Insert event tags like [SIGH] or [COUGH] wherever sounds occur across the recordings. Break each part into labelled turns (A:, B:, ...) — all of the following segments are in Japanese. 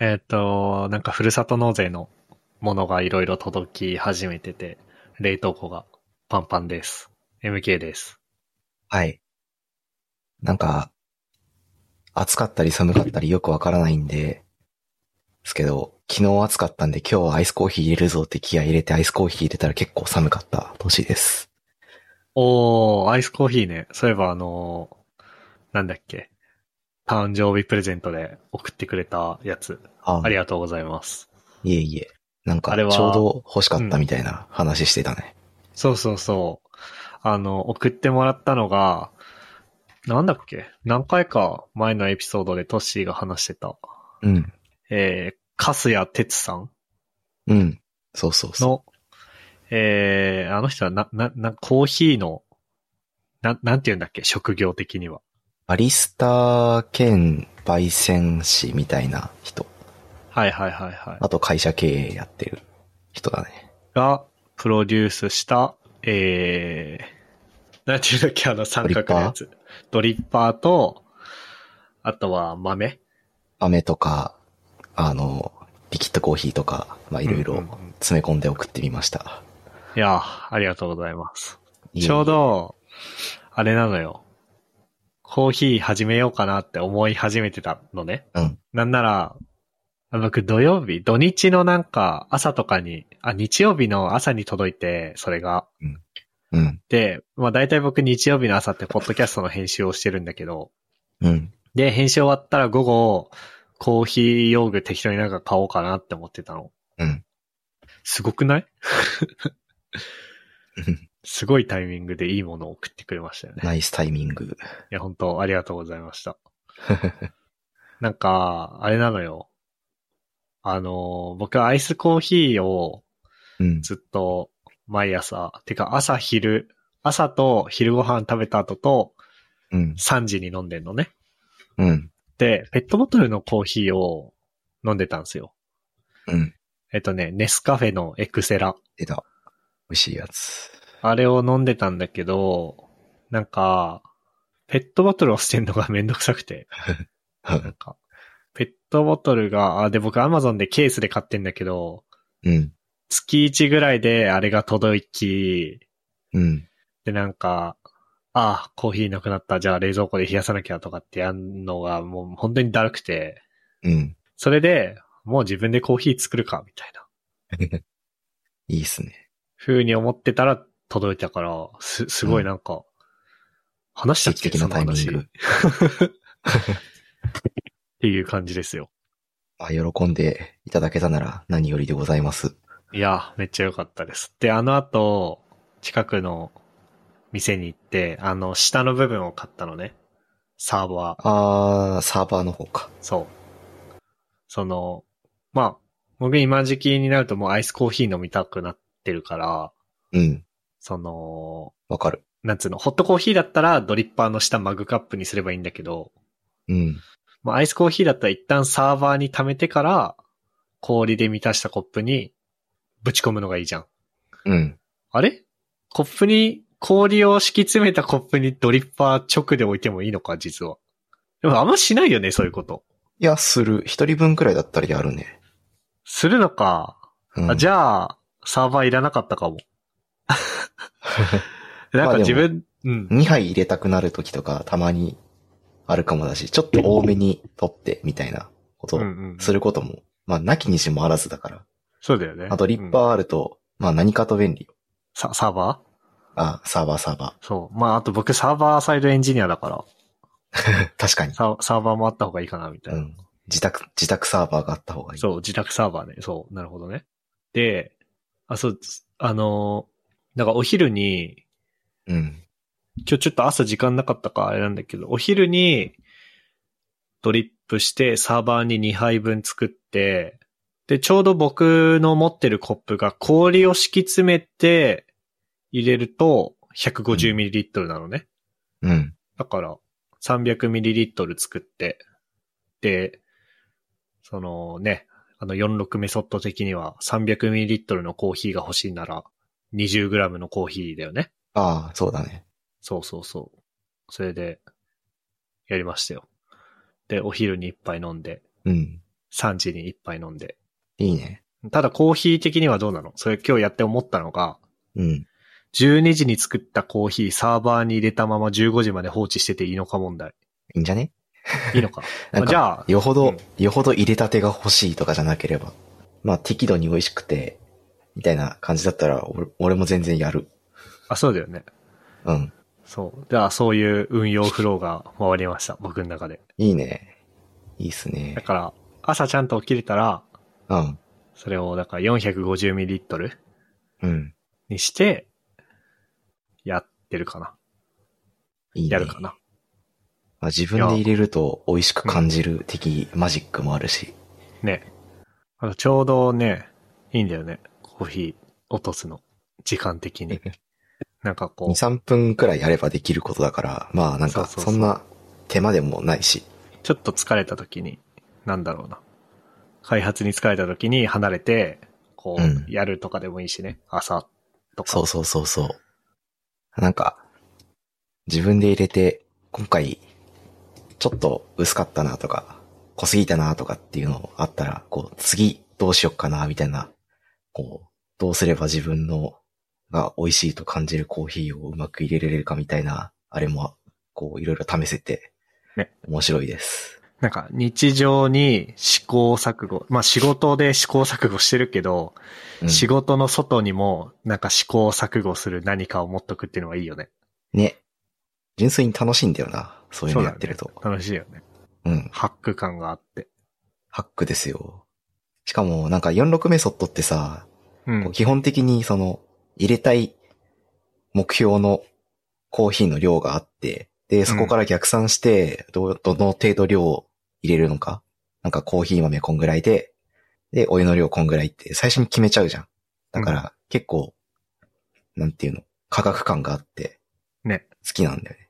A: えっ、と、なんかふるさと納税のものがいろいろ届き始めてて、冷凍庫がパンパンです。MK です。
B: はい。なんか、暑かったり寒かったりよくわからないんで、ですけど、昨日暑かったんで今日はアイスコーヒー入れるぞって気合い入れてアイスコーヒー入れたら結構寒かった年です。
A: おー、アイスコーヒーね。そういえばあのーなんだっけ。誕生日プレゼントで送ってくれたやつ。
B: あ
A: ありがとうございます。
B: いえいえ。なんか、
A: あ
B: ち
A: れ
B: ょう
A: は
B: ど欲しかったみたいな話してたね。
A: そうそうそう。あの、送ってもらったのが、なんだっけ何回か前のエピソードでトッシーが話してた、
B: うん。
A: えー、カスヤ哲さん
B: うん。そうそうそう。
A: の、えー、あの人はな、な、な、コーヒーの、な、なんて言うんだっけ職業的には。
B: バリスタ兼焙煎師みたいな人。
A: はいはいはいはい。
B: あと会社経営やってる人だね。
A: が、プロデュースした、えー、なんて言うんだっけあの三角のやつ。ドリッパーと、あとは豆
B: 豆とか、あの、リキッドコーヒーとか、まあ、いろい
A: うんう
B: ろ
A: んうん
B: 詰め込んで送ってみました。
A: いやー、ありがとうございます。
B: いえいえ
A: ちょう。ど、あれなのよ。コーヒー始めようかなって思い始めてたのね。
B: うん。
A: なんなら、あ僕土曜日、土日のなんか朝とかに、あ、日曜日の朝に届いて、それが。
B: うん。
A: で、まあ大体僕日曜日の朝ってポッドキャストの編集をしてるんだけど、
B: うん。
A: で、編集終わったら午後、コーヒー用具適当になんか買おうかなって思ってたの。
B: うん。
A: すごく
B: [LAUGHS]
A: ないすごいタイミングでいいものを送ってくれましたよね。
B: ナイスタイミング。
A: いや、本当ありがとうございました。なんか、あれなのよ。あの、僕はアイスコーヒーを
B: うん。
A: ずっと毎朝、てか朝昼、朝と昼ご飯食べた後と
B: うん。
A: 3時に飲んでんのね。
B: うん。
A: で、ペットボトルのコーヒーを飲んでたんですよ。
B: うん。
A: えっとね、ネスカフェのエクセラ。
B: 出た。美味しいやつ。
A: あれを飲んでたんだけど、なんか、ペットボトルを捨てるのがめんどくさくて。なんか、ペットボトルが、あ、で、僕 Amazon でケースで買ってんだけど、
B: うん。
A: 月1ぐらいであれが届き、
B: うん。
A: で、なんか、あ、コーヒーなくなった、じゃあ冷蔵庫で冷やさなきゃとかってやんのがもう本当にだるくて、
B: うん。
A: それで、もう自分でコーヒー作るか、みたいな、
B: いいっすね。
A: 風に思ってたら届いたから、す、すごいなんか、話したっ
B: 奇
A: け
B: 跡的なタイミン
A: その話
B: グ
A: っ。ていう感じですよ。
B: あ、喜んでいただけたなら何よりでございます。
A: いや、めっちゃ良かったです。で、あの後、近くの店に行って、あの、下の部分を買ったのね。サーバー。
B: あー、サーバーの方か。
A: そう。その、まあ、僕今時期になるともうアイスコーヒー飲みたくなってるから、
B: うん。
A: その、
B: わかる。
A: なんつうの、ホットコーヒーだったらドリッパーの下マグカップにすればいいんだけど、
B: うん。
A: まあ、アイスコーヒーだったら一旦サーバーに溜めてから、氷で満たしたコップにぶち込むのがいいじゃん。
B: うん。
A: あれコップに、氷を敷き詰めたコップにドリッパー直で置いてもいいのか、実は。でもあんましないよね、そういうこと。
B: いや、する。一人分くらいだったらやるね。
A: するのか。
B: うん、
A: あじ
B: ゃ
A: ゃあ、サーバーいらなかったか
B: [LAUGHS]
A: も。なん
B: ま
A: か
B: あでも
A: 自分、うん。
B: 2杯入れたくなる時とか、たまにあるかもだし、ちょっと多めに取って、みたいなこと
A: う
B: を
A: んうん
B: することも、まあ、なきにしもあらずだから。
A: そうだよね。
B: あと、リッ
A: ー、
B: パーあると、まあ、何かと便利よ。
A: さサーバ
B: あ、サーバーサーバ
A: ーそう。まあ、あと僕サーバーサイドエンジニアだから、
B: ー。確かに。
A: サーサーバーもあった方がいいかな、みたいうな。
B: ん。自宅、自宅サーバーがあった方がいい。
A: そう、自宅サーバーね。そう、なるほどね。で、あ、そう、あのー、なんかお昼に、
B: うん。
A: 今日ちょっと朝時間なかったからあれなんだけど、お昼にドリップしてサーバーに2杯分作って、で、ちょうど僕の持ってるコップが氷を敷き詰めて入れると 150ml なのね。
B: うん。
A: だから、300ml 作って、で、そのね、あの46メソッド的には 300ml のコーヒーが欲しいなら 20g のコーヒーだよね。
B: ああ、そうだね。
A: そうそうそう。それで、やりましたよ。で、お昼に一杯飲んで、
B: うん。
A: 3時に一杯飲んで。
B: いいね。
A: ただコーヒー的にはどうなのそれ今日やって思ったのが、
B: うん。
A: 12時に作ったコーヒーサーバーに入れたまま15時まで放置してていいのか問題。
B: いいんじゃね
A: いいのか
B: [LAUGHS] なんか
A: じゃあ
B: よほど、
A: うん
B: よほど入れたてが欲しいとかじゃなければ。まあ適度に美味しくて、みたいな感じだったら、俺俺も全然やる。
A: あ、そうだよね。
B: うん。
A: そう。じゃあそういう運用フローが回りました。僕の中で。
B: いいね。いいっすね
A: だ。から、朝ちゃんと起きれたら、
B: うん。
A: それをだから 450ml
B: うん。
A: にして、やってるかな。
B: いいね。
A: やるかな。
B: まあ、自分で入れると美味しく感じる的マジックもあるし。
A: ね。あとちょうどね、いいんだよね。コーヒー落とすの。時間的
B: [LAUGHS]
A: に。なんかこ
B: 2、
A: う、
B: 3分くらいやればできることだから、まあなんか
A: そうそう
B: そ
A: そうん
B: な手間でもないし。
A: ちょっと疲れた時に、なんだろうな。開発に疲れた時に離れて、こ
B: うん
A: う、やるとかでもいいしね。朝とか。
B: そうそうそうそう。なんか、自分で入れて、今回、ちょっと薄かったなとか、濃すぎたなとかっていうのあったら、こう、次どうしよっかなみたいな、こう、どうすれば自分のが美味しいと感じるコーヒーをうまく入れられるかみたいな、あれも、こう、いろいろ試せて、
A: ね
B: 面白いです。
A: なんか日常に試行錯誤、まあ仕事で試行錯誤してるけど、
B: うん
A: 仕事の外にもなんか試行錯誤する何かを持っとくっていうのはいいよね。
B: ね。純粋に楽しいんだよな。そういう
A: そ
B: の
A: う
B: や
A: だ
B: ってると。
A: ね、楽しいよね。
B: うん。
A: ハック感があって。
B: ハックですよ。しかも、なんか46メソッドってさ、
A: う。
B: こうん基本的にその、入れたい目標のコーヒーの量があって、で、そこから逆算して、どう、どの程度量を入れるのか。なんかコーヒー豆こんぐらいで、で、お湯の量こんぐらいって最初に決めちゃうじゃん。だから、結構、なんていうの、価格感があって、
A: ね。
B: 好きなんだよね。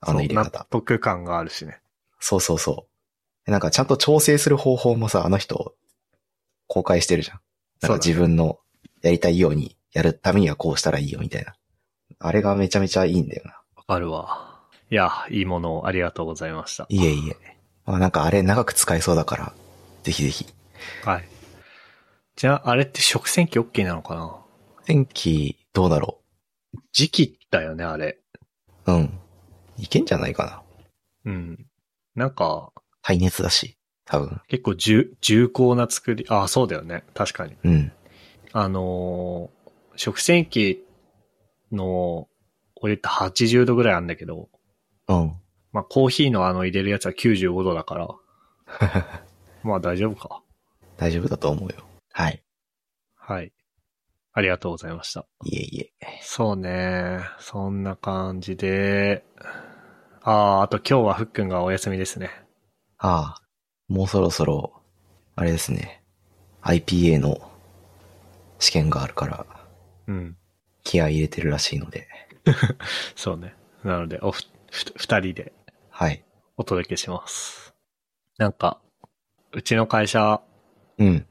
B: あの入れ
A: そう
B: 方
A: 納。得感があるしね。
B: そうそうそう。なんかちゃんと調整する方法もさ、あの人、公開してるじゃん。
A: そ
B: なんか
A: うだね
B: 自分のやりたいように、やるためにはこうしたらいいよ、みたいな。あれがめちゃめちゃいいんだよな。
A: わかるわ。いや、いいものをありがとうございました。
B: いえいえ。まあなんかあれ長く使えそうだから、ぜひぜひ。
A: はい。じゃあ、あれって食洗機 OK なのかな
B: 天気、どうだろ
A: 時期だよね、あれ。
B: う。うん。いけんじゃないかな。
A: うん。なんか、
B: 耐熱だし、多分。
A: 結構重、重厚な作り、あ、そうだよね。確かに。
B: うん。
A: あのー食洗機の、俺って80度ぐらいあるんだけど、
B: うん。 [LAUGHS]
A: まあコーヒーのあの入れるやつは95度だから、まあ大丈夫か。
B: 大丈夫だと思うよ。はい。
A: はい。ありがとうございました。
B: いえいえ。
A: そうね。そんな感じで。ああ、あと今日はふっくんがお休みですね。
B: ああ、もうそろそろ、あれですね。IPA の試験があるから、
A: うん。
B: 気合い入れてるらしいので、
A: そうね。なので、おふ、ふ、二人で
B: はい。
A: お届けします。なんか、うちの会社、
B: うん、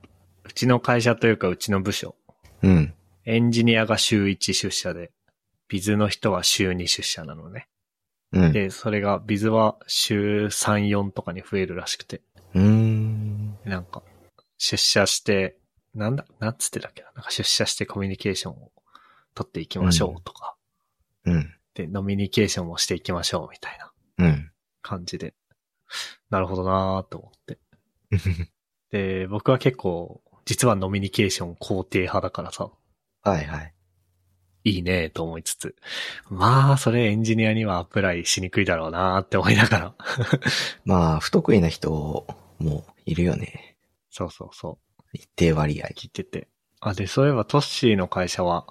A: うちの会社というかうちの部署、
B: うん。
A: エンジニアが週1出社で、ビズの人は週2出社なのね。
B: うん。う
A: で、それが、ビズは週3、4とかに増えるらしくて、
B: ーん。
A: なんか、出社して、なんだ、なんつってたっけな、なんか出社してコミュニケーションを取っていきましょうとか、
B: うん。
A: で、飲みニケーションもしていきましょうみたいな
B: うん。 [LAUGHS]
A: 感じで、なるほどなーと思って。で、僕は結構、実は飲みニケーション肯定派だからさ、
B: はいはい。
A: いいねと思いつつ、まあ、それエンジニアにはアプライしにくいだろうなって思いながら。
B: まあ、不得意な人もいるよね。
A: そうそうそう。
B: 一定割合。
A: 聞いてて。あ、で、そういえばトッシーの会社は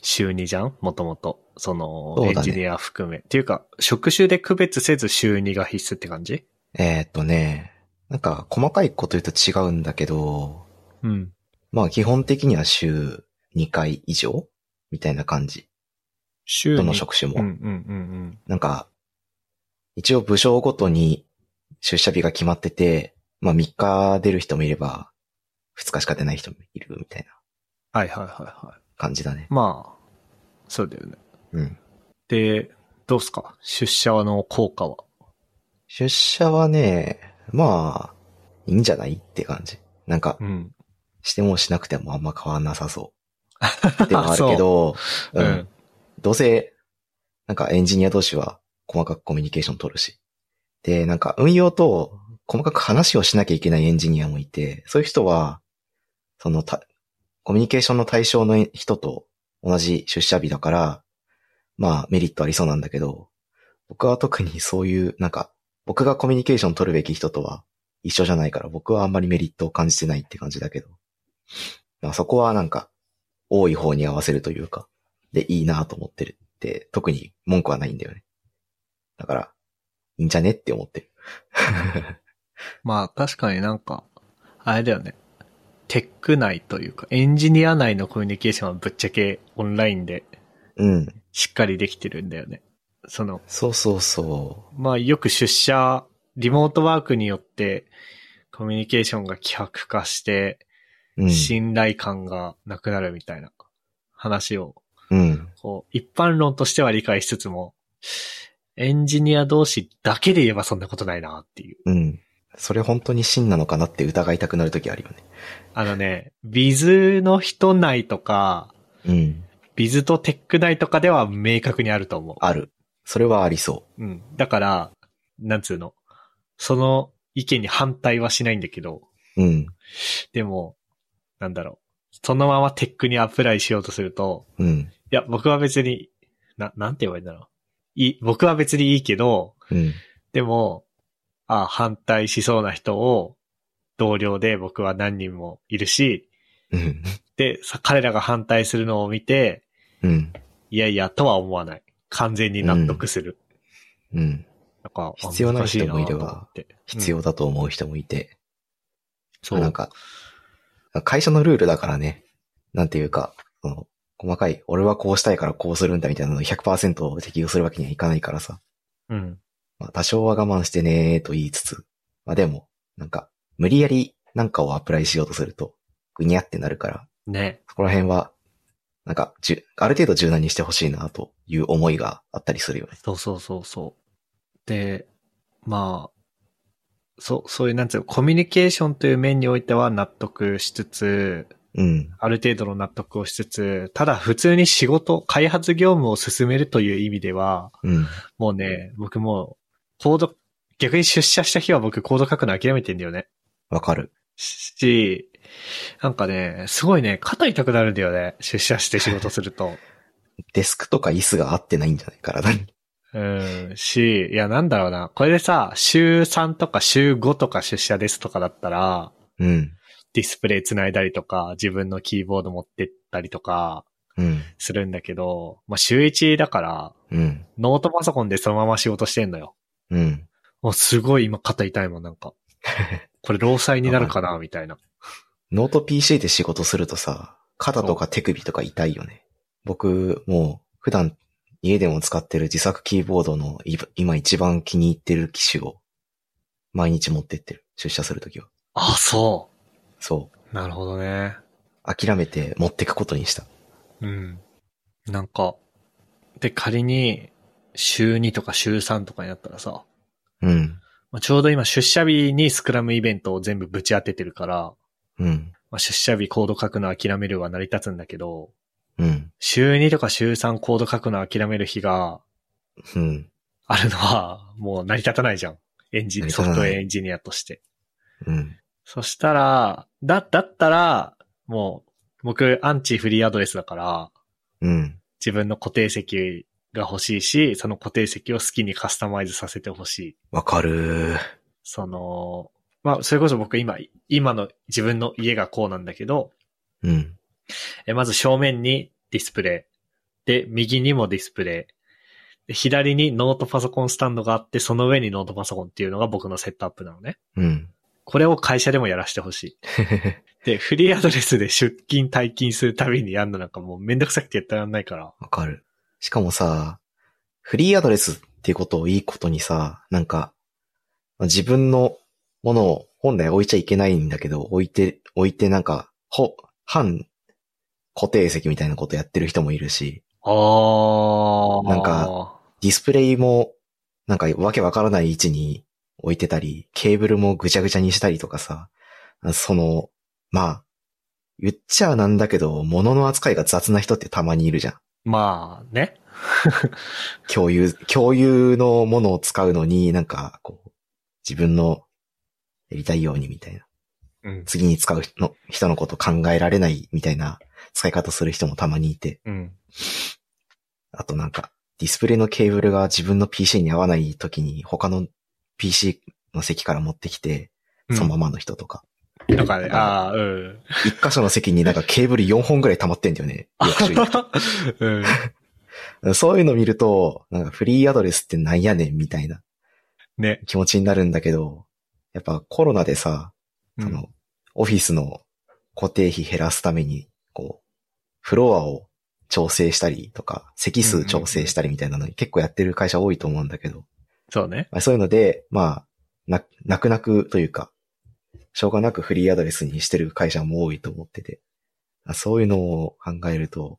A: 週2じゃんもともと。その、
B: そう
A: エ
B: だ
A: ン
B: ね
A: ジニア含め。っていうか、職種で区別せず週2が必須って感じ
B: えーっとね、なんか、細かいこと言うと違うんだけど、
A: うん。
B: まあ、基本的には週2回以上みたいな感じ。
A: 週
B: どの職種も。
A: うんうんうんうん。
B: なんか、一応部署ごとに出社日が決まってて、まあ3日出る人もいれば、2日しか出ない人もいるみたいな
A: はいはいはいは
B: 感じだね
A: い。。まあ、そうだよね。
B: うん。
A: で、どうすか出社の効果は。
B: 出社はね、まあ、いいんじゃないって感じ。なんか、
A: うん。
B: してもしなくてもあんま変わんなさそう。ではあるけど、
A: う
B: うん
A: ん。
B: どうせ、なんかエンジニア同士は細かくコミュニケーション取るし。で、なんか運用と細かく話をしなきゃいけないエンジニアもいて、そういう人は、そのた、コミュニケーションの対象の人と同じ出社日だから、まあメリットありそうなんだけど、僕は特にそういう、なんか、僕がコミュニケーション取るべき人とは一緒じゃないから、僕はあんまりメリットを感じてないって感じだけど。まあそこはなんか、多い方に合わせるというか。でいいなと思ってるって、特に文句はないんだよね。だから、いいんじゃねって思って [LAUGHS] る。
A: まあ確かになんか、あれだよね。テック内というか、エンジニア内のコミュニケーションはぶっちゃけオンラインで
B: うん。
A: しっかりできてるんだよね。その、
B: そうそうそ
A: まあよく出社、リモートワークによってコミュニケーションが希薄化して、
B: う。うん。
A: 信頼感がなくなるみたいな話を、
B: うん。
A: こう、一般論としては理解しつつも、エンジニア同士だけで言えばそんなことないなっていう。
B: うん。それ本当に真なのかなって疑いたくなるときあるよね。
A: あのね、ビズの人内とか、
B: うん。
A: ビズとテック内とかでは明確にあると思う。
B: ある。それはありそ
A: うん。だから、なんつうの。その意見に反対はしないんだけど、
B: う。うん。
A: でも、なんだろう。そのままテックにアプライしようとすると、
B: うん。
A: いや、僕は別に、な、なんて言えばいいんだろう。いい、僕は別にいいけど、
B: うん。
A: でも、あ反対しそうな人を、同僚で僕は何人もいるし、
B: うん。
A: で、さ彼らが反対するのを見て、
B: うん。
A: いやいやとは思わない。完全に納得する。
B: うん。
A: なんか、あ
B: 必要な人もいれ
A: 難し
B: ば、
A: なと思って
B: 必要だと思う人もいて、
A: そう。
B: なんか、会社のルールだからね、なんていうか、その、細かい、俺はこうしたいからこうするんだみたいなのを100%適用するわけにはいかないからさ、
A: うん。
B: まあ、多少は我慢してねーと言いつつ、まあでも、なんか、無理やりなんかをアプライしようとすると、ぐにゃってなるから、
A: ね。
B: そこら辺は、なんか、じゅ、ある程度柔軟にしてほしいなという思いがあったりするよね。
A: そうそうそうそう。で、まあ、そう、そういう、なんつうの、コミュニケーションという面においては納得しつつ、
B: うん。
A: ある程度の納得をしつつ、ただ普通に仕事、開発業務を進めるという意味では、
B: うん。
A: もうね、僕もう、コード、逆に出社した日は僕コード書くの諦めてんだよね。
B: わかる。
A: し、なんかね、すごいね、肩痛くなるんだよね。出社して仕事すると。
B: デスクとか椅子が合ってないんじゃないからに。
A: うん、し、いや、なんだろうな。これでさ、週3とか週5とか出社ですとかだったら、
B: うん。
A: ディスプレイ繋いだりとか、自分のキーボード持ってったりとか、
B: うん。
A: するんだけど、まあ、週1だから、
B: うん。
A: ノートパソコンでそのまま仕事してんのよ。
B: うん。
A: もうすごい今肩痛いもん、なんか。これ労災になるかな、みたいな。
B: ノート PC で仕事するとさ、肩とか手首とか痛いよね。僕、もう、普段、家でも使ってる自作キーボードのい今一番気に入ってる機種を、毎日持ってってる。出社するときは。
A: あ、そ
B: そう。
A: う。なるほどね。
B: 諦めて持ってくことにした。
A: うん。なんか、で、仮に、週2とか週3とかになったらさ、
B: うん。
A: まあ、ちょうど今出社日にスクラムイベントを全部ぶち当ててるから、
B: うん。
A: まあ、出社日コード書くの諦めるは成り立つんだけど、
B: うん。
A: 週2とか週3コード書くの諦める日が
B: うん。
A: あるのは、もう成り立たないじゃん。エンジ
B: 成
A: ン、
B: り立
A: ソ
B: たない
A: フトウェアエンジニアとして。
B: うん。
A: そしたら、だ、だったら、もう、僕、アンチフリーアドレスだから、
B: うん。
A: 自分の固定席が欲しいし、その固定席を好きにカスタマイズさせてほしい。
B: わかるー。
A: その、まあ、それこそ僕今、今の自分の家がこうなんだけど、
B: うん。
A: えまず正面にディスプレイ。で、右にもディスプレイ。で、左にノートパソコンスタンドがあって、その上にノートパソコンっていうのが僕のセットアップなのね。
B: うん。 [LAUGHS]
A: これを会社でもやらしてほしい。で、フリーアドレスで出勤退勤するたびにやんのなんかもうめんどくさくてやってらんないから。
B: わかる。しかもさ、フリーアドレスっていうことをいいことにさ、なんか、自分のものを本来置いちゃいけないんだけど、置いて、置いてなんか、ほ、半固定席みたいなことやってる人もいるし、
A: あー。
B: なんか、ディスプレイも、なんかわけわからない位置に置いてたり、ケーブルもぐちゃぐちゃにしたりとかさ、その、まあ、言っちゃなんだけど、物の扱いが雑な人ってたまにいるじゃん。
A: まあね。
B: 共有、共有のものを使うのになんか、こう、自分のやりたいようにみたいな。
A: うん。
B: 次に使う人の人のこと考えられないみたいな使い方する人もたまにいて。
A: うん。
B: あとなんか、ディスプレイのケーブルが自分の PC に合わない時に他の PC の席から持ってきて、そのままの人とか。
A: ま。なんかね、ああ、うん。
B: 一、箇所の席になんかケーブル4本ぐらい溜まってんだよね。翌
A: [LAUGHS]
B: 週
A: うん。
B: そういうの見ると、なんかフリーアドレスってなんやねんみたいな
A: ね。
B: 気持ちになるんだけど、やっぱコロナでさ、
A: うん
B: その、オフィスの固定費減らすために、こう、フロアを調整したりとか、席数調整したりみたいなのに結構やってる会社多いと思うんだけど、
A: そうね。
B: まあ、そういうので、まあ、な、泣く泣くというか、しょうがなくフリーアドレスにしてる会社も多いと思ってて、まあそういうのを考えると、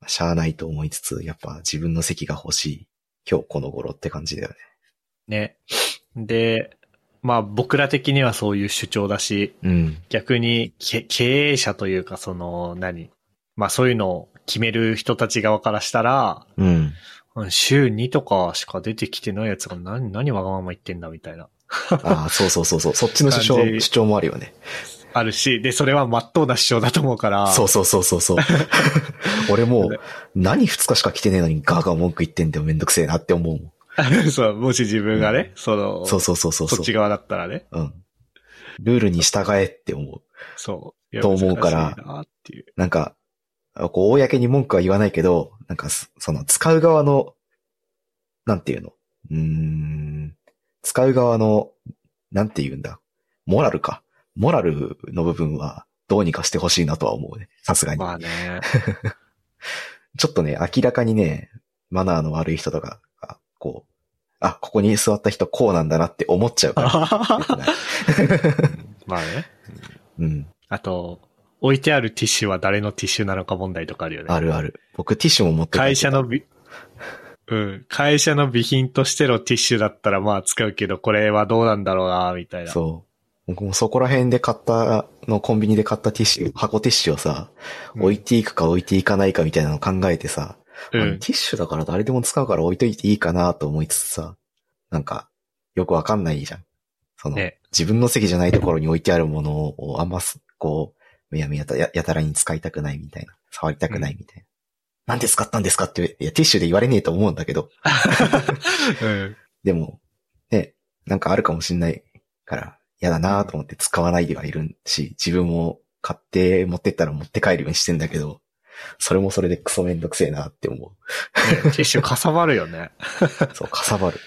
B: まあしゃあないと思いつつ、やっぱ自分の席が欲しい、今日この頃って感じだよね。
A: ね。で、まあ僕ら的にはそういう主張だし、
B: うん。
A: 逆にけ経営者というかその何まあそういうのを決める人たち側からしたら、
B: うん。
A: うん週2とかしか出てきてないやつが何、何わがまま言ってんだみたいな。
B: ああ、そうそうそうそう。そっちの主張、
A: 感じ
B: 主張もあるよね。
A: あるし、で、それは真っ当な主張だと思うから。
B: そうそうそうそ
A: [LAUGHS]
B: うそう。俺も
A: ね
B: う、何二日しか来てねえのにガーガー文句言ってんだよめんどくせえなって思うもん。
A: う。 [LAUGHS] そう、もし自分がね、その、
B: そうそうそうそう
A: そっ
B: う。
A: ち側だったらね。
B: うん。ルールに従えって思う。
A: そう。いや
B: と思うから
A: 難しいなっていう。
B: なんか、こう、公に文句は言わないけど、なんかそ、その、使う側の、なんていうのうーん、使う側の、なんて言うんだモラルか。モラルの部分は、どうにかしてほしいなとは思うね。さすがに。
A: まあね。
B: ちょっとね、明らかにね、マナーの悪い人とかが、こう、あ、ここに座った人こうなんだなって思っちゃうから。良くない
A: [LAUGHS] まあね。
B: うん、
A: あと、置いてあるティッシュは誰のティッシュなのか問題とかあるよね。
B: あるある。僕、ティッシュも持って帰って
A: 会社の [LAUGHS] び、うん。会社の備品としてのティッシュだったらまあ使うけど、これはどうなんだろうな、みたいな。
B: そう。僕もそこら辺で買った、のコンビニで買ったティッシュ、箱ティッシュをさ、
A: うん
B: 置いていくか置いていかないかみたいなのを考えてさ、
A: う
B: あの
A: ん
B: ティ。ッシュだから誰でも使うから置いといていいかなと思いつつさ、なんか、よくわかんないじゃん。その、
A: ね
B: 自分の席じゃないところに置いてあるものをあんます、こう、むやみやたややたらに使いたくないみたいな、触りたくないみたいな。なんで使ったんですかって、いや、ティッシュで言われねえと思うんだけど、
A: うん。
B: でも、ね、なんかあるかもしんないから、嫌だなと思って使わないではいるし、自分も買って持ってったら持って帰るようにしてんだけど、それもそれでクソめんどくせえなって思う。
A: ティッシュかさばるよね。
B: そう、かさばる。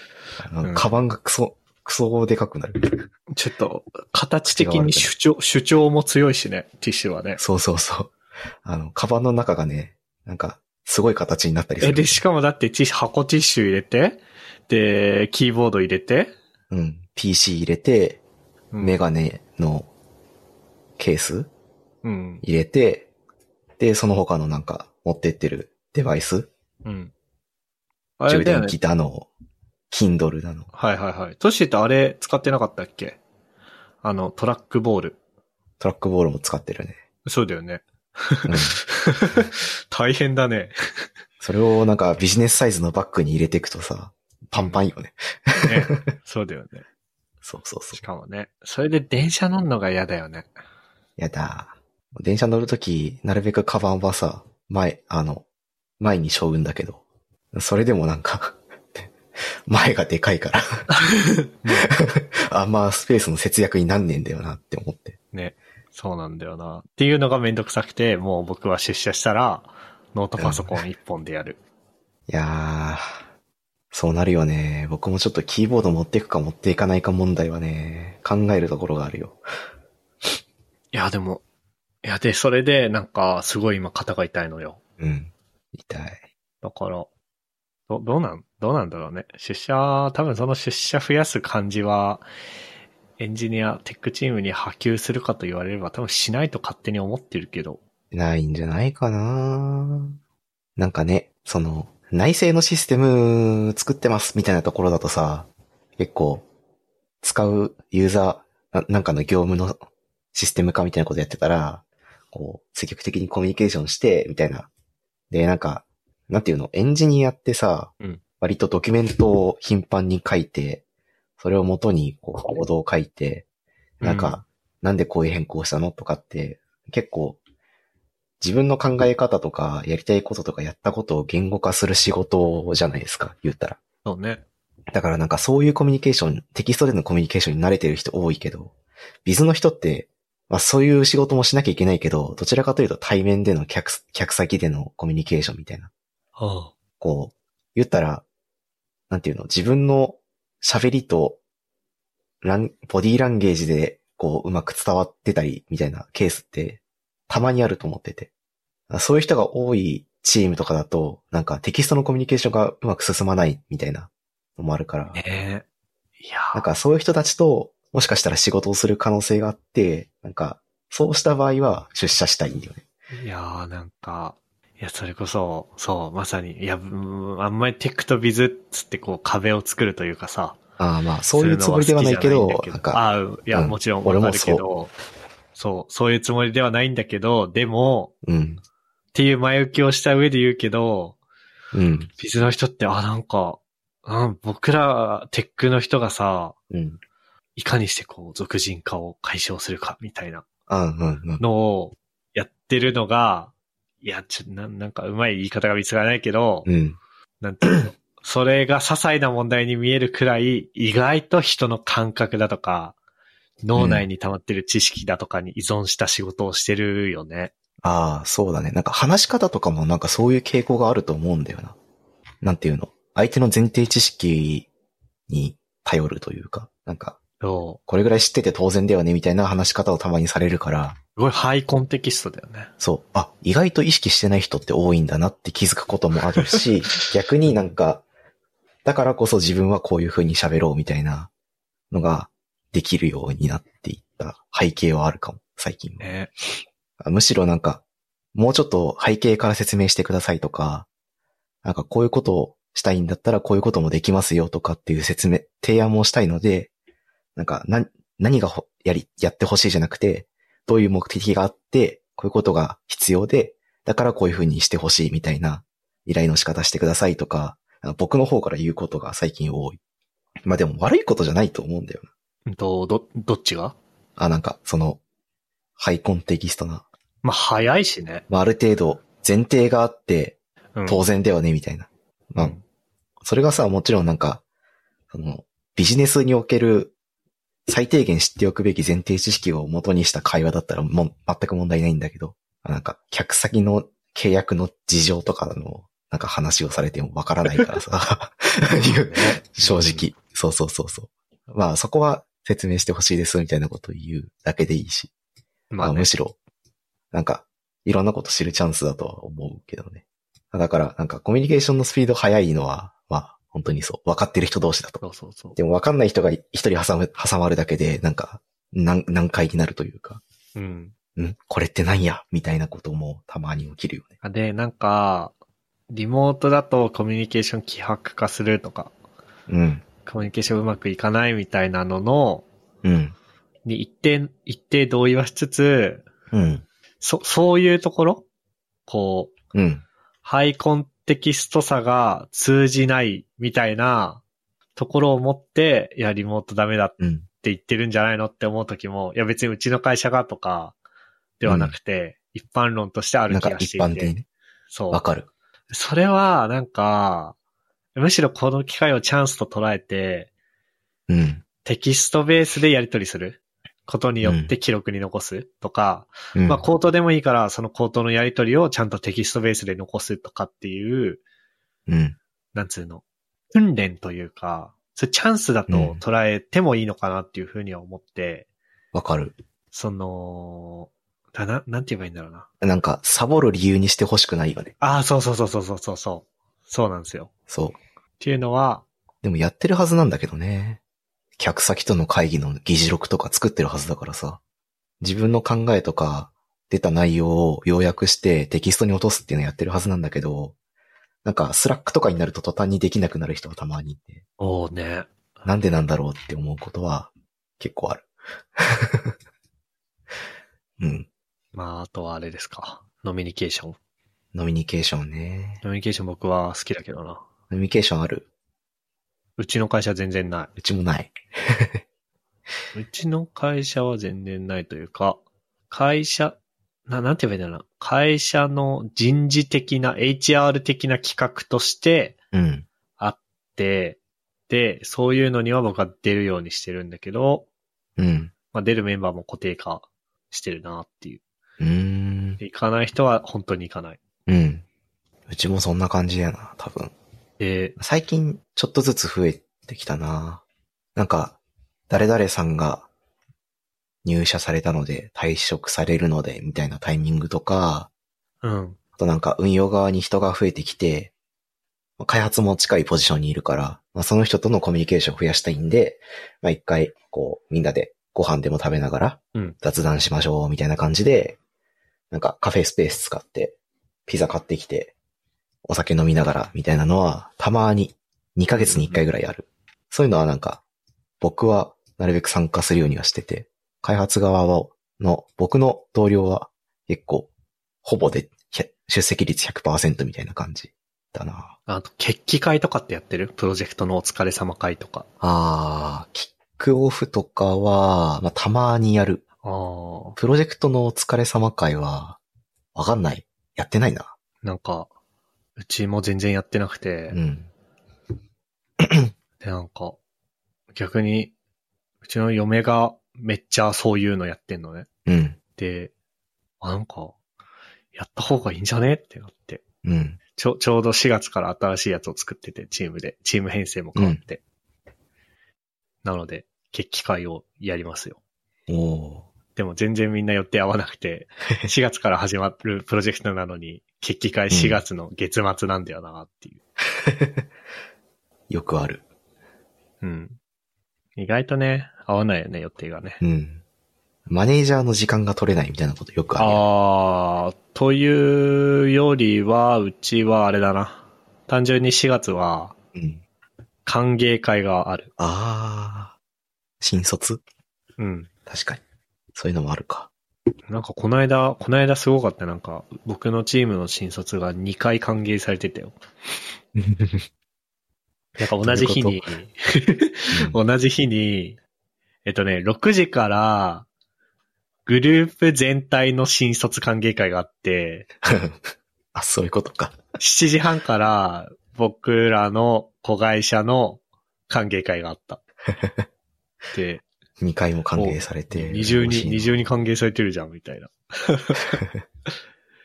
B: あ
A: う
B: の
A: ん
B: カバンがクソ、クソでかくなる。
A: [LAUGHS] ちょっと、形的に主張、主張も強いしね、ティッシュはね。
B: そうそうそう。あの、カバンの中がね、なんか、すごい形になったりす
A: え、
B: る。
A: で、しかもだってティッシュ、箱ティッシュ入れて、で、キーボード入れて、
B: うん。PC 入れて、
A: うん
B: メガネのケース
A: うん。
B: 入れて、で、その他のなんか持ってってるデバイス
A: うん。あ
B: 充
A: れだよね。
B: 電器だの、Kindle だの、
A: はいはいはい。トシってあれ使ってなかったっけあの、トラックボール。
B: トラックボールも使ってるね。
A: そうだよね。
B: うん
A: 大変だね。
B: それをなんかビジネスサイズのバッグに入れていくとさ、パンパンよね。
A: ね。そうだよね。
B: そうそうそう
A: し。かもね。それで電車乗んのが嫌だよね。
B: やだ。電車乗るとき、なるべくカバンはさ、前、あの、前に背負うんだけど、それでもなんか、 [LAUGHS] 前がでかいからあんまスペースの節約になんねえんだよなって思って。
A: ね。そうなんだよな。っていうのがめんどくさくて、もう僕は出社したら、ノートパソコン一本でやる。
B: いやー、そうなるよね。僕もちょっとキーボード持っていくか持っていかないか問題はね、考えるところがあるよ。
A: いや、でも、いや、で、それで、なんか、すごい今肩が痛いのよ。
B: うん。痛い。
A: だから、ど、どうなん、どうなんだろうね。出社、多分その出社増やす感じは、エンジニア、テックチームに波及するかと言われれば、多分しないと勝手に思ってるけど。
B: ないんじゃないかななんかね、その、内製のシステム作ってますみたいなところだとさ、結構、使うユーザーな、なんかの業務のシステム化みたいなことやってたら、こう、積極的にコミュニケーションして、みたいな。で、なんか、なんていうの、エンジニアってさ、
C: うん
B: 割とドキュメントを頻繁に書いて、それを元にこうコードを書いて、なんか、なんでこういう変更したのとかって、結構、自分の考え方とか、やりたいこととか、やったことを言語化する仕事じゃないですか、言ったら。
A: そうね。
B: だからなんかそういうコミュニケーション、テキストでのコミュニケーションに慣れてる人多いけど、ビズの人って、まあそういう仕事もしなきゃいけないけど、どちらかというと対面での客す、客先でのコミュニケーションみたいな。
A: は
B: こう、言ったら、なんていうの、自分の喋りと、ラン、ボディーランゲージで、こう、うまく伝わってたり、みたいなケースって、たまにあると思ってて。そういう人が多いチームとかだと、なんかテキストのコミュニケーションがうまく進まない、みたいなのもあるから。
A: あねえ。いや
B: な
A: ー
B: んかそういう人たちと、もしかしたら仕事をする可能性があって、なんか、そうした場合は出社したいんだよね。
A: いやーなんか、いや、それこそ、そう、まさに、いや、うーんあんまりテックとビズっつってこう壁を作るというかさ、
B: ああまあ、そういうつもりではないけ
A: そう
B: ど、
A: うのは好きじゃ
B: なん
A: だ
B: か、
A: あーいや、
B: うん
A: もちろん
B: 俺
A: わか
B: も
A: るけど、そう、そういうつもりではないんだけど、でも、
B: うん、
A: っていう前置きをした上で言うけど、
B: うん、
A: ビズの人って、あ、なんか、うん、僕ら、テックの人がさ、
B: うん、
A: いかにしてこう、俗人化を解消するか、みたいな
B: ああうん、うん、
A: のをやってるのが、いや、ちょ、なんなんか、うまい言い方が見つからないけど、
B: うん、
A: なんていうの、それが些細な問題に見えるくらい、意外と人の感覚だとか、脳内に溜まってる知識だとかに依存した仕事をしてるよね。
B: ああ、そうだね。なんか話し方とかもなんかそういう傾向があると思うんだよな。なんていうの相手の前提知識に頼るというか、なんか、
A: そう。
B: これぐらい知ってて当然だよねみたいな話し方をたまにされるから、
A: すごいハイコンテキストだよね。
B: そう。あ、意外と意識してない人って多いんだなって気づくこともあるし、逆になんか、だからこそ自分はこういう風に喋ろうみたいなのができるようになっていった背景はあるかも、最近は。
A: ね。
B: あむしろなんか、もうちょっと背景から説明してくださいとか、なんかこういうことをしたいんだったらこういうこともできますよとかっていう説明、提案もしたいので、なんか何、何がほやり、やってほしいじゃなくて、どういう目的があって、こういうことが必要で、だからこういうふうにしてほしいみたいな依頼の仕方してくださいとか、あの僕の方から言うことが最近多い。まあでも悪いことじゃないと思うんだよな。
A: うんと、ど、どっちが
B: あ、なんか、その、ハイコンテキストな。
A: まあ、早いしね。
B: まあある程度前提があって、
A: うん
B: 当然だよね、みたいな。まあ、それがさ、もちろんなんか、その、ビジネスにおける最低限知っておくべき前提知識を元にした会話だったらもう全く問題ないんだけど、あなんか、客先の契約の事情とかの、なんか話をされてもわからないからさ、
A: [LAUGHS]
B: いう正直。そうそうそうそう。まあ、そこは説明してほしいです、みたいなことを言うだけでいいし、
A: ま
B: ま
A: あ
B: あ、
A: ね
B: むしろ、なんか、いろんなこと知るチャンスだとは思うけどね。だから、なんかコミュニケーションのスピード速いのは、まあ、本当にそう。分かってる人同士だと。
A: そうそうそ
B: でも分かんない人が一人挟む、挟まるだけで、なんか、難、難解になるというか、
A: う。うん。
B: んこれってなんやみたいなこともたまに起きるよね。
A: で、なんか、リモートだとコミュニケーション希薄化するとか、
B: うん。
A: コミュニケーションうまくいかないみたいなのの、
B: うん。
A: に一定、一定同意はしつつ、
B: うん。
A: そ、そういうところこう、
B: うん。
A: ハイコンテキストさが通じないみたいなところを持って、いや、リモートダメだって
B: うん。
A: 言ってるんじゃないのって思う時も、いや、別にうちの会社がとかではなくて、一般論としてあ
B: な
A: る
B: ん
A: 気
B: か
A: がしてい
B: 一
A: て。
B: 般的にね。
A: そう。
B: わかる。
A: それは、なんか、むしろこの機会をチャンスと捉えて、
B: うん。
A: テキストベースでやり取りすることによって記録に残すとか、
B: うん。
A: まあ口頭でもいいから、その口頭のやり取りをちゃんとテキストベースで残すとかっていう、
B: うん。
A: なんつうの、訓練というか、それチャンスだと捉えてもいいのかなっていうふうには思って、
B: わかる。
A: その、だな、なんて言えばいいんだろうな。
B: なんか、サボる理由にしてほしくないよね。
A: ああ、そうそうそうそうそうそうそう。そうなんですよ。
B: そう。
A: っていうのは、
B: でもやってるはずなんだけどね。客先との会議の議事録とか作ってるはずだからさ。自分の考えとか出た内容を要約してテキストに落とすっていうのやってるはずなんだけど、なんかスラックとかになると途端にできなくなる人がたまにいて、
A: おーね。
B: なんでなんだろうって思うことは結構ある。 [LAUGHS] うん。
A: まあ、あとはあれですか。ノミニケーション。
B: ノミニケーションね。
A: ノミニケーション僕は好きだけどな。
B: ノミニケーションある
A: うちの会社全然な
B: うちもない。
A: い。うちの会社は全然ないというか、会社、な、なんて言えばいいんだろうな。会社の人事的な、HR 的な企画として
B: うん。
A: あって、で、そういうのには僕は出るようにしてるんだけど、
B: うん。
A: まあ、出るメンバーも固定化してるなっていう。
B: うーん。
A: で行かない人は本当に行かない。
B: うん。うちもそんな感じだよな、多分。
A: で、
B: 最近、ちょっとずつ増えてきたななんか、誰々さんが入社されたので、退職されるので、みたいなタイミングとか、
A: うん。
B: あとなんか運用側に人が増えてきて、まあ開発も近いポジションにいるから、まあ、その人とのコミュニケーションを増やしたいんで、まあ、一回、こう、みんなでご飯でも食べながら
A: うん、
B: 雑談しましょう、みたいな感じで、なんかカフェスペース使って、ピザ買ってきて、お酒飲みながら、みたいなのは、たまに、2ヶ月に1回ぐらいある。そういうのはなんか、僕はなるべく参加するようにはしてて、開発側はの、僕の同僚は結構、ほぼで、ひゃ出席率100%みたいな感じだな。
A: あと、決起会とかってやってるプロジェクトのお疲れ様会とか。
B: あー、キックオフとかは、まあ、たまにやる。
A: ああ。
B: プロジェクトのお疲れ様会は、わかんない。やってないな。
A: なんか、うちも全然やってなくて、
B: うん。
A: で、なんか、逆に、うちの嫁がめっちゃそういうのやってんのね。
B: うん。
A: で、あ、なんか、やった方がいいんじゃねってなって。
B: うん。
A: ちょ、ちょうど4月から新しいやつを作ってて、チームで、チーム編成も変わって。なので、決起会をやりますよ。
B: おー。
A: でも全然みんな予定合わなくて、4月から始まるプロジェクトなのに、決起会4月の月末なんだよなっていう。
B: よくある。
A: うん。意外とね、合わないよね、予定がね。
B: うん。マネージャーの時間が取れないみたいなことよくあるよ。
A: あー、というよりは、うちはあれだな。単純に4月は、
B: うん。
A: 歓迎会がある。
B: あー。新卒
A: うん。
B: 確かに。そういうのもあるか。
A: なんかこの間、この間すごかった。なんか、僕のチームの新卒が2回歓迎されてたよ。なんか同じ日に、
B: うん
A: 同じ日に、えっとね、6時から、グループ全体の新卒歓迎会があって、
B: [LAUGHS] あ、そういうことか。
A: 7時半から僕らの子会社の歓迎会があった。で、
B: 2回も歓迎されて。
A: 二重に、二
B: 嬉しい
A: 重に歓迎されてるじゃん、みたいな。
B: な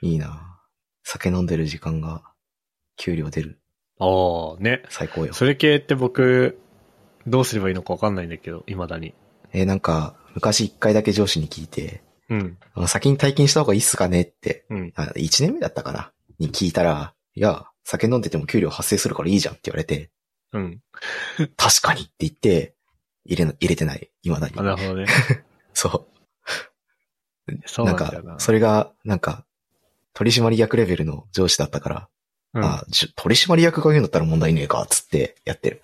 B: いいな酒飲んでる時間が、給料出る。
A: ああ、ね。
B: 最高よ。
A: それ系って僕、どうすればいいのかわかんないんだけど、未だに。
B: えーなんか、昔1回だけ上司に聞いて、
A: うん、
B: あ先に体験した方がいいっすかねって、
A: うん。
B: あ1年目だったかなに聞いたら、いや、酒飲んでても給料発生するからいいじゃんって言われて、
A: うん。
B: 確かにって言って、入れな、入れてない。未だ
A: あ
B: に。
A: なるほ
B: [LAUGHS]
A: どね。
B: そう。
A: そう
B: な
A: なんんだよな
B: か、。それが、なんか、取締役レベルの上司だったから、
A: うん
B: あじゅ取締役が言うんだったら問題ねえか、つってやってる。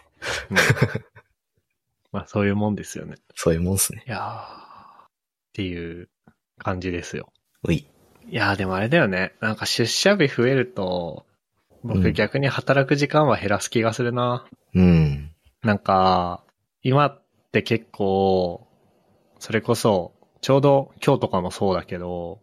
A: うんまあ、そういうもんですよね。
B: そういうもんっすね。
A: いやーっていう感じですよ。
B: うい。
A: いやーでもあれだよね。なんか出社日増えると、
B: う
A: 僕
B: ん
A: 逆に働く時間は減らす気がするな。
B: うん。
A: なんか、今って結構、それこそ、ちょうど今日とかもそうだけど、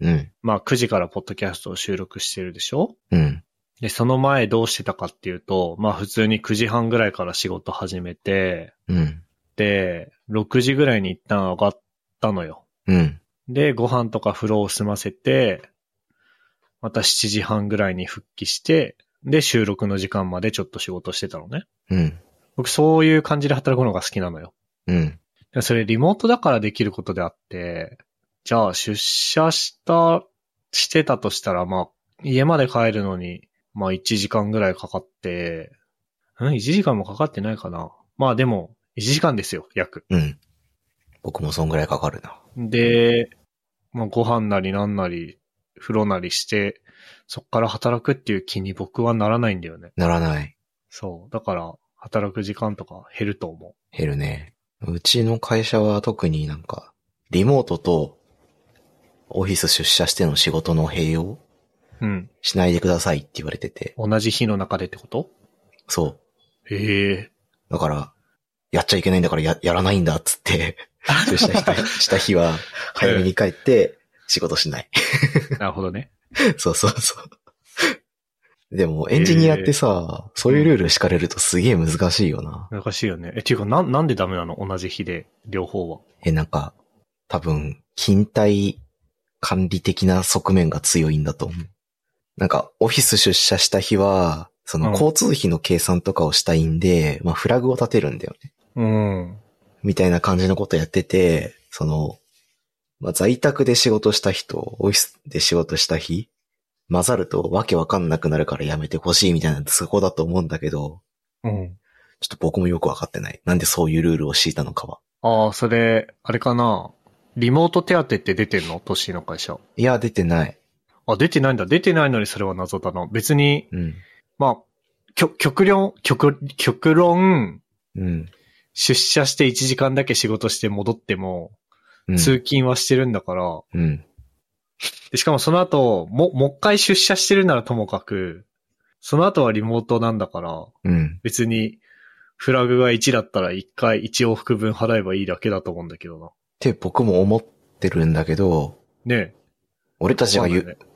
B: うん。
A: まあ9時からポッドキャストを収録してるでしょ
B: うん。
A: で、その前どうしてたかっていうと、まあ普通に9時半ぐらいから仕事始めて、
B: うん。
A: で、6時ぐらいに一旦上がったのよ。
B: うん。
A: で、ご飯とか風呂を済ませて、また7時半ぐらいに復帰して、で、収録の時間までちょっと仕事してたのね。
B: うん。
A: 僕、そういう感じで働くのが好きなのよ。
B: うん。
A: でそれ、リモートだからできることであって、じゃあ、出社した、してたとしたら、まあ、家まで帰るのに、まあ、1時間ぐらいかかって、うん、1時間もかかってないかな。まあ、でも、1時間ですよ、約。
B: うん。僕もそんぐらいかかるな。
A: で、まあ、ご飯なりなんなり、風呂なりして、そっから働くっていう気に僕はならないんだよね。
B: ならない。
A: そう。だから、働く時間とか減ると思
B: 減るね。うちの会社は特になんか、リモートとオフィス出社しての仕事の併用
A: うん。
B: しないでくださいって言われてて、
A: 同じ日の中でってこと
B: そう。
A: へえ。
B: だから、やっちゃいけないんだからや、やらないんだっつ [LAUGHS] って、出社したした日は、早めに帰って、仕事しない。 [LAUGHS]
A: なるほどね。 [LAUGHS]
B: そうそうそう。でも、エンジニアってさ、そういうルール敷かれるとすげえ難しいよな。
A: 難しいよね。え、っていうか、なん、なんでダメなの同じ日で、両方は。
B: え、なんか、多分、勤怠管理的な側面が強いんだと思う。なんか、オフィス出社した日は、その
A: うん
B: 交通費の計算とかをしたいんで、まあフラグを立てるんだよね。
A: うん。
B: みたいな感じのことやってて、その、まあ在宅で仕事した日と、オフィスで仕事した日、混ざるとわけわかんなくなるからやめてほしいみたいなそこだと思うんだけど、
A: うん。
B: ちょっと僕もよくわかってない。なんでそういうルールを敷いたのかは。
A: ああ、それ、あれかな。リモート手当てって出てんの都市の会社。
B: いや、出てない。
A: あ、出てないんだ。出てないのにそれは謎だな。別に、
B: うん。
A: まあ、きょ極論、極、極論、
B: うん。
A: 出社して1時間だけ仕事して戻っても、
B: うん
A: 通勤はしてるんだから、
B: うん。
A: でしかもその後、も、もう一回出社してるならともかく、その後はリモートなんだから、
B: うん。
A: 別に、フラグが1だったら1回1往復分払えばいいだけだと思うんだけどな。
B: って僕も思ってるんだけど、
A: ねえ。
B: 俺たちが言
A: わかんな
B: う、
A: いね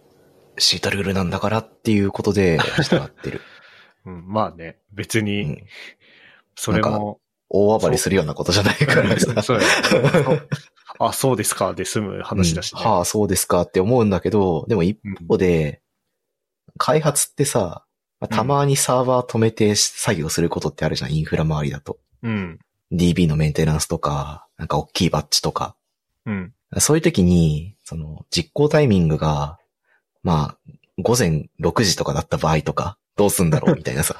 B: シータルールなんだからっていうこと
A: [LAUGHS]
B: で従ってる。
A: うん、まあね。別
B: う
A: に、
B: ん、
A: それ
B: なん
A: も、
B: 大暴れするようなことじゃないからさ。
A: そうだよねあ、そうですか、で済む話だしね。
B: うんはあ、そうですかって思うんだけど、でも一
A: うん
B: 方で、開発ってさ、まあたまにサーバー止めて作業することってあるじゃん、インフラ周りだと。
A: うん。
B: DB のメンテナンスとか、なんか大きいバッジとか。
A: うん。
B: そういう時に、その、実行タイミングが、まあ、午前6時とかだった場合とか、どうすん
A: [LAUGHS]
B: だろうみたいなさ。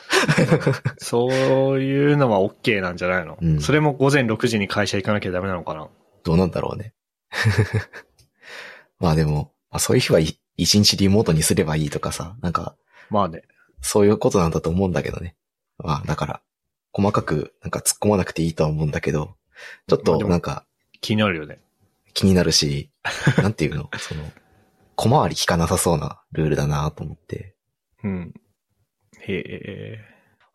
A: そういうのは OK なんじゃないの、
B: うん
A: それも午前6時に会社行かなきゃダメなのかな
B: どうなんだろうね。 [LAUGHS] まあでも、まあ、そういう日はい一日リモートにすればいいとかさ、なんか、
A: まあね。
B: そういうことなんだと思うんだけどね。まあだから、細かくなんか突っ込まなくていいとは思うんだけど、ちょっ
A: まあ
B: と
A: でも
B: なんか
A: 気になるよね。
B: 気にな
A: [LAUGHS]
B: るし、なんていうのその、小回り効かなさそうなルールだなと思って。
A: うん。へえ。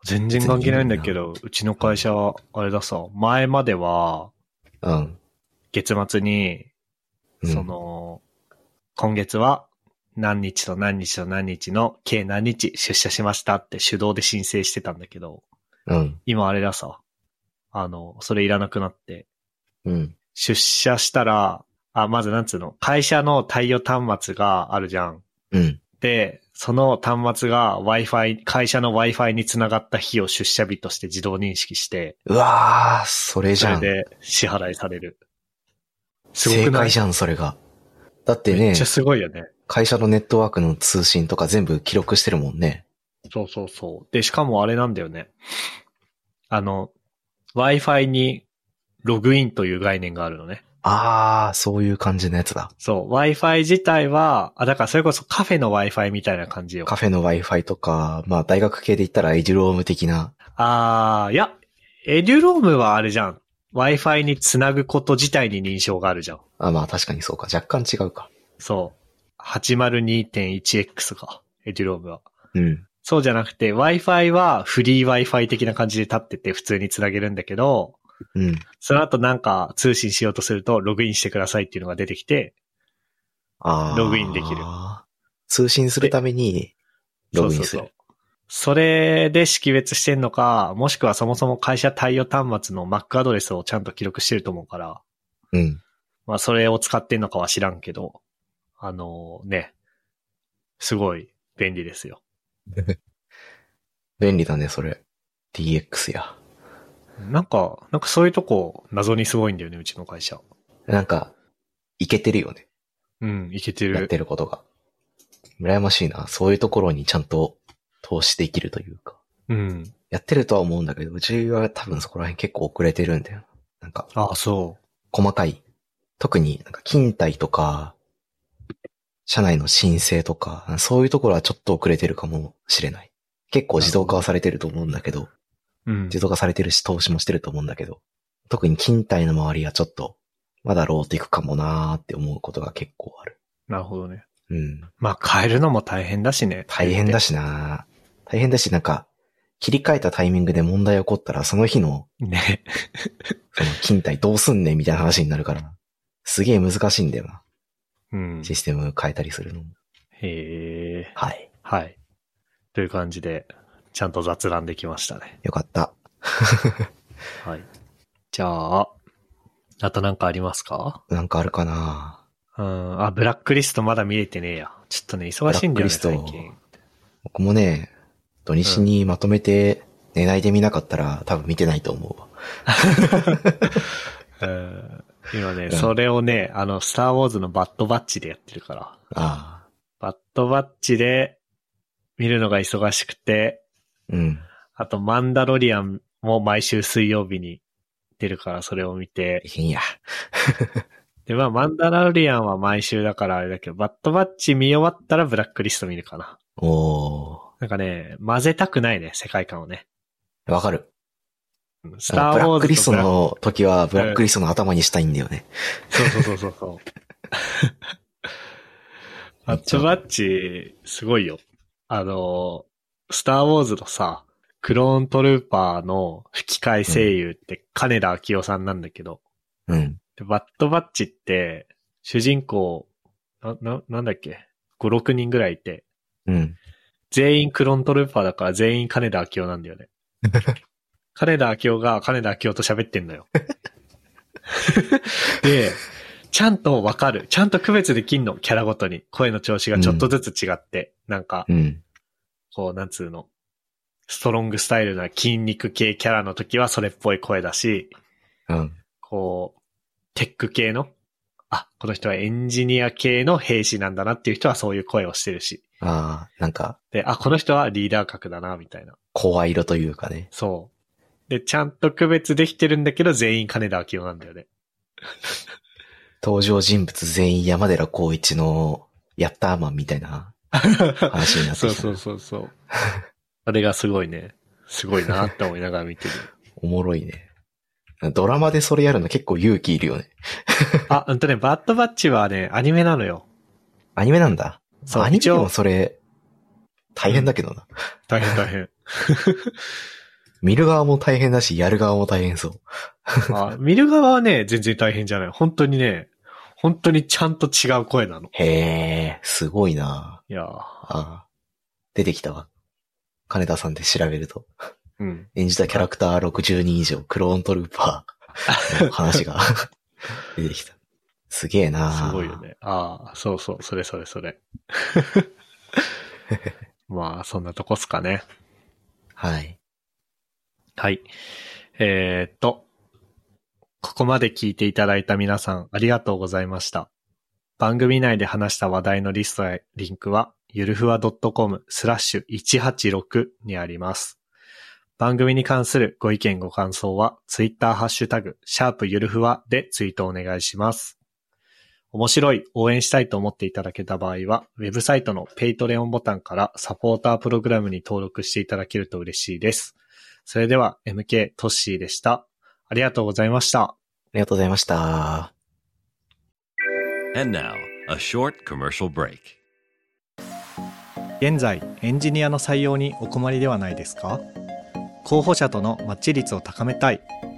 A: 全然関係ないんだけど、うちの会社は、あれださ、前までは、
B: うん。
A: 月末に、
B: うん
A: そ、の、今月は何日と何日と何日の計何日出社しましたって手動で申請してたんだけど、
B: うん。
A: 今あれださ、あの、それいらなくなって、
B: うん。
A: 出社したら、あ、まずなんつうの、会社の対応端末があるじゃん。
B: うん。
A: で、その端末が Wi-Fi、会社の Wi-Fi につながった日を出社日として自動認識して、
B: うわー、それじ
A: そ
B: ゃ
A: れ
B: ん。
A: で支払いされる。すご
B: 正
A: くない
B: 解じゃん、それが。だって
A: め
B: ね
A: っちゃ、すごいよね。
B: 会社のネットワークの通信とか全部記録してるもんね。
A: そうそうそう。で、しかもあれなんだよね。あの、Wi-Fi にログインという概念があるのね。
B: あー、そういう感じのやつだ。
A: そう、Wi-Fi 自体は、あ、だからそれこそカフェの Wi-Fi みたいな感じよ。
B: カフェの Wi-Fi とか、まあ大学系で言ったらエデュローム的な。
A: あー、いや、エデュロームはあれじゃん。Wi-Fi につなぐこと自体に認証があるじゃん。
B: あまあ確かにそうか。若干違うか。
A: そう。802.1x か。エデュロームは。
B: うん。
A: そうじゃなくて、Wi-Fi はフリー Wi-Fi 的な感じで立ってて普通につなげるんだけど、
B: うん。
A: その後なんか通信しようとすると、ログインしてくださいっていうのが出てきて、
B: あー
A: ログインできる。
B: 通信するために、ログインす
A: そうそう
B: る
A: そう。。それで識別してんのか、もしくはそもそも会社対応端末の Mac アドレスをちゃんと記録してると思うから、
B: うん。
A: まあそれを使ってんのかは知らんけど、あのね、すごい便利ですよ。
B: 便利だね、それ。DX や。
A: なんか、なんかそういうとこ謎にすごいんだよね、うちの会社。
B: なんか、いけてるよね。
A: うん、いけて
B: やっ
A: る。
B: てることが。羨ましいな。そういうところにちゃんと投資できるというか。
A: うん。
B: やってるとは思うんだけど、うちは多分そこら辺結構遅れてるんだよな。なんか、
A: ああ、そ
B: 細かい。特になんか勤怠とか、社内の申請とか、そういうところはちょっと遅れてるかもしれない。結構自動化はされてると思うんだけど、
A: う。うん。
B: 自動化されてるし投資もしてると思うんだけど、特に筋体の周りはちょっと、まだローテいくかもなーって思うことが結構ある。
A: なるほどね。
B: うん。
A: まあ変えるのも大変だしね。
B: 大変だ
A: し。
B: しなー大変だし、なんか、切り替えたタイミングで問題起こったら、その日の、
A: ね。
B: その筋体どうすんねんみたいな話になるから、すげえ難しいんだよな。
A: うん。
B: システム変えたりするのも。
A: へえ。
B: はい。
A: はい。という感じで、ちゃんと雑談できましたね。
B: よかった。
A: はい。じゃあ、あとなんかありますか
B: なんかあるかな
A: うん。あ、ブラックリストまだ見れてねえや。ちょっとね、忙しいんだよね、
B: ブラッ
A: 最
B: クリスト
A: 近。
B: 僕もね、土日にまとめて寝ないで見なかったら多分見てないと思うわ。
A: うん。今ね、
B: ん
A: それをね、あの、スターウォーズのバッドバッチでやってるから。
B: ああ。
A: バッドバッチで見るのが忙しくて、
B: うん。
A: あとマンダロリアンも毎週水曜日に出るからそれを見て
B: い、けんや。
A: で、まあマンダロリアンは毎週だからあれだけど、バッドバッチ見終わったらブラックリスト見るかな。
B: お
A: なんかね、混ぜたくないね、世界観をね。
B: ー。わかる。
A: うんス
B: ブラ
A: ターウォー
B: ッ
A: ズと
B: クリスト
A: ブラック
B: の時はブラックリストの頭にしたいんだよね。
A: そうそうそうそうそう。 [LAUGHS] バッドバッチ、すごいよ。あの、スターウォーズのさ、クローントルーパーの吹き替え声優って金田明夫さんなんだけど、
B: うん。
A: でバッドバッチって、主人公、な、な、なんだっけ ?5、6人ぐらいいて、
B: うん。
A: 全員クローントルーパーだから全員金田明夫なんだよね。金田明夫が金田明夫と喋ってんのよ。 [LAUGHS] で、ちゃんとわかる。ちゃんと区別できんの。キャラごとに。声の調子がちょっとずつ違って。なんか
B: う、ん。
A: こう、なんつうの。ストロングスタイルな筋肉系キャラの時はそれっぽい声だし、
B: うん。
A: こう、テック系の、あ、この人はエンジニア系の兵士なんだなっていう人はそういう声をしてるし。
B: ああ、なんか、
A: で、あ、この人はリーダー格だな、みたいな。
B: 声色というかね。
A: そう。で、ちゃんと区別できてるんだけど、全員金田明夫なんだよね。
B: 登場人物全員山寺宏一のヤッターマンみた
A: [LAUGHS]
B: いな話になっ
A: そ
B: て
A: う
B: きた。
A: そうそうそう。あれがすごいね。すごいなって思いながら
B: [LAUGHS]
A: 見てる。
B: おもろいね。ドラマでそれやるの結構勇気いるよね。
A: あ、うんとね、バッドバッチはね、アニメなのよ。
B: アニメなんだ。
A: そう
B: アニメ
A: 一
B: で
A: 応
B: もそれ、大変だけどな。
A: 大変大変。
B: 見る側も大変だし、やる側も大変そう。
A: あ見る側はね、全然大変じゃない。本当にね、本当にちゃんと違う声なの。
B: へえ、すごいない
A: やー
B: あ出てきたわ。金田さんで調べると。
A: うん。
B: 演じたキャラクター60人以上、クローントルーパーの話
A: [LAUGHS]
B: が出てきた。すげえな
A: すごいよ。ね。ああ、そうそう、それそれそ
B: [LAUGHS]
A: れ。まあ、そんなとこっすかね。
B: はい。
A: はい。えーっと、ここまで聞いていただいた皆さんありがとうございました。番組内で話した話題のリストやリンクは、ゆるふわ .com スラッシュ186にあります。番組に関するご意見ご感想は、ツイッターハッシュタグ、シャープゆるふわでツイートお願いします。面白い、応援したいと思っていただけた場合は、ウェブサイトのペイトレオンボタンからサポータープログラムに登録していただけると嬉しいです。それでは MK トッシーでした。ありがとうございました。
B: ありがとうございました。
C: And now, a short commercial break.
A: 現在エンジニアの採用にお困りではないですか候補者とのマッチ率を高めたい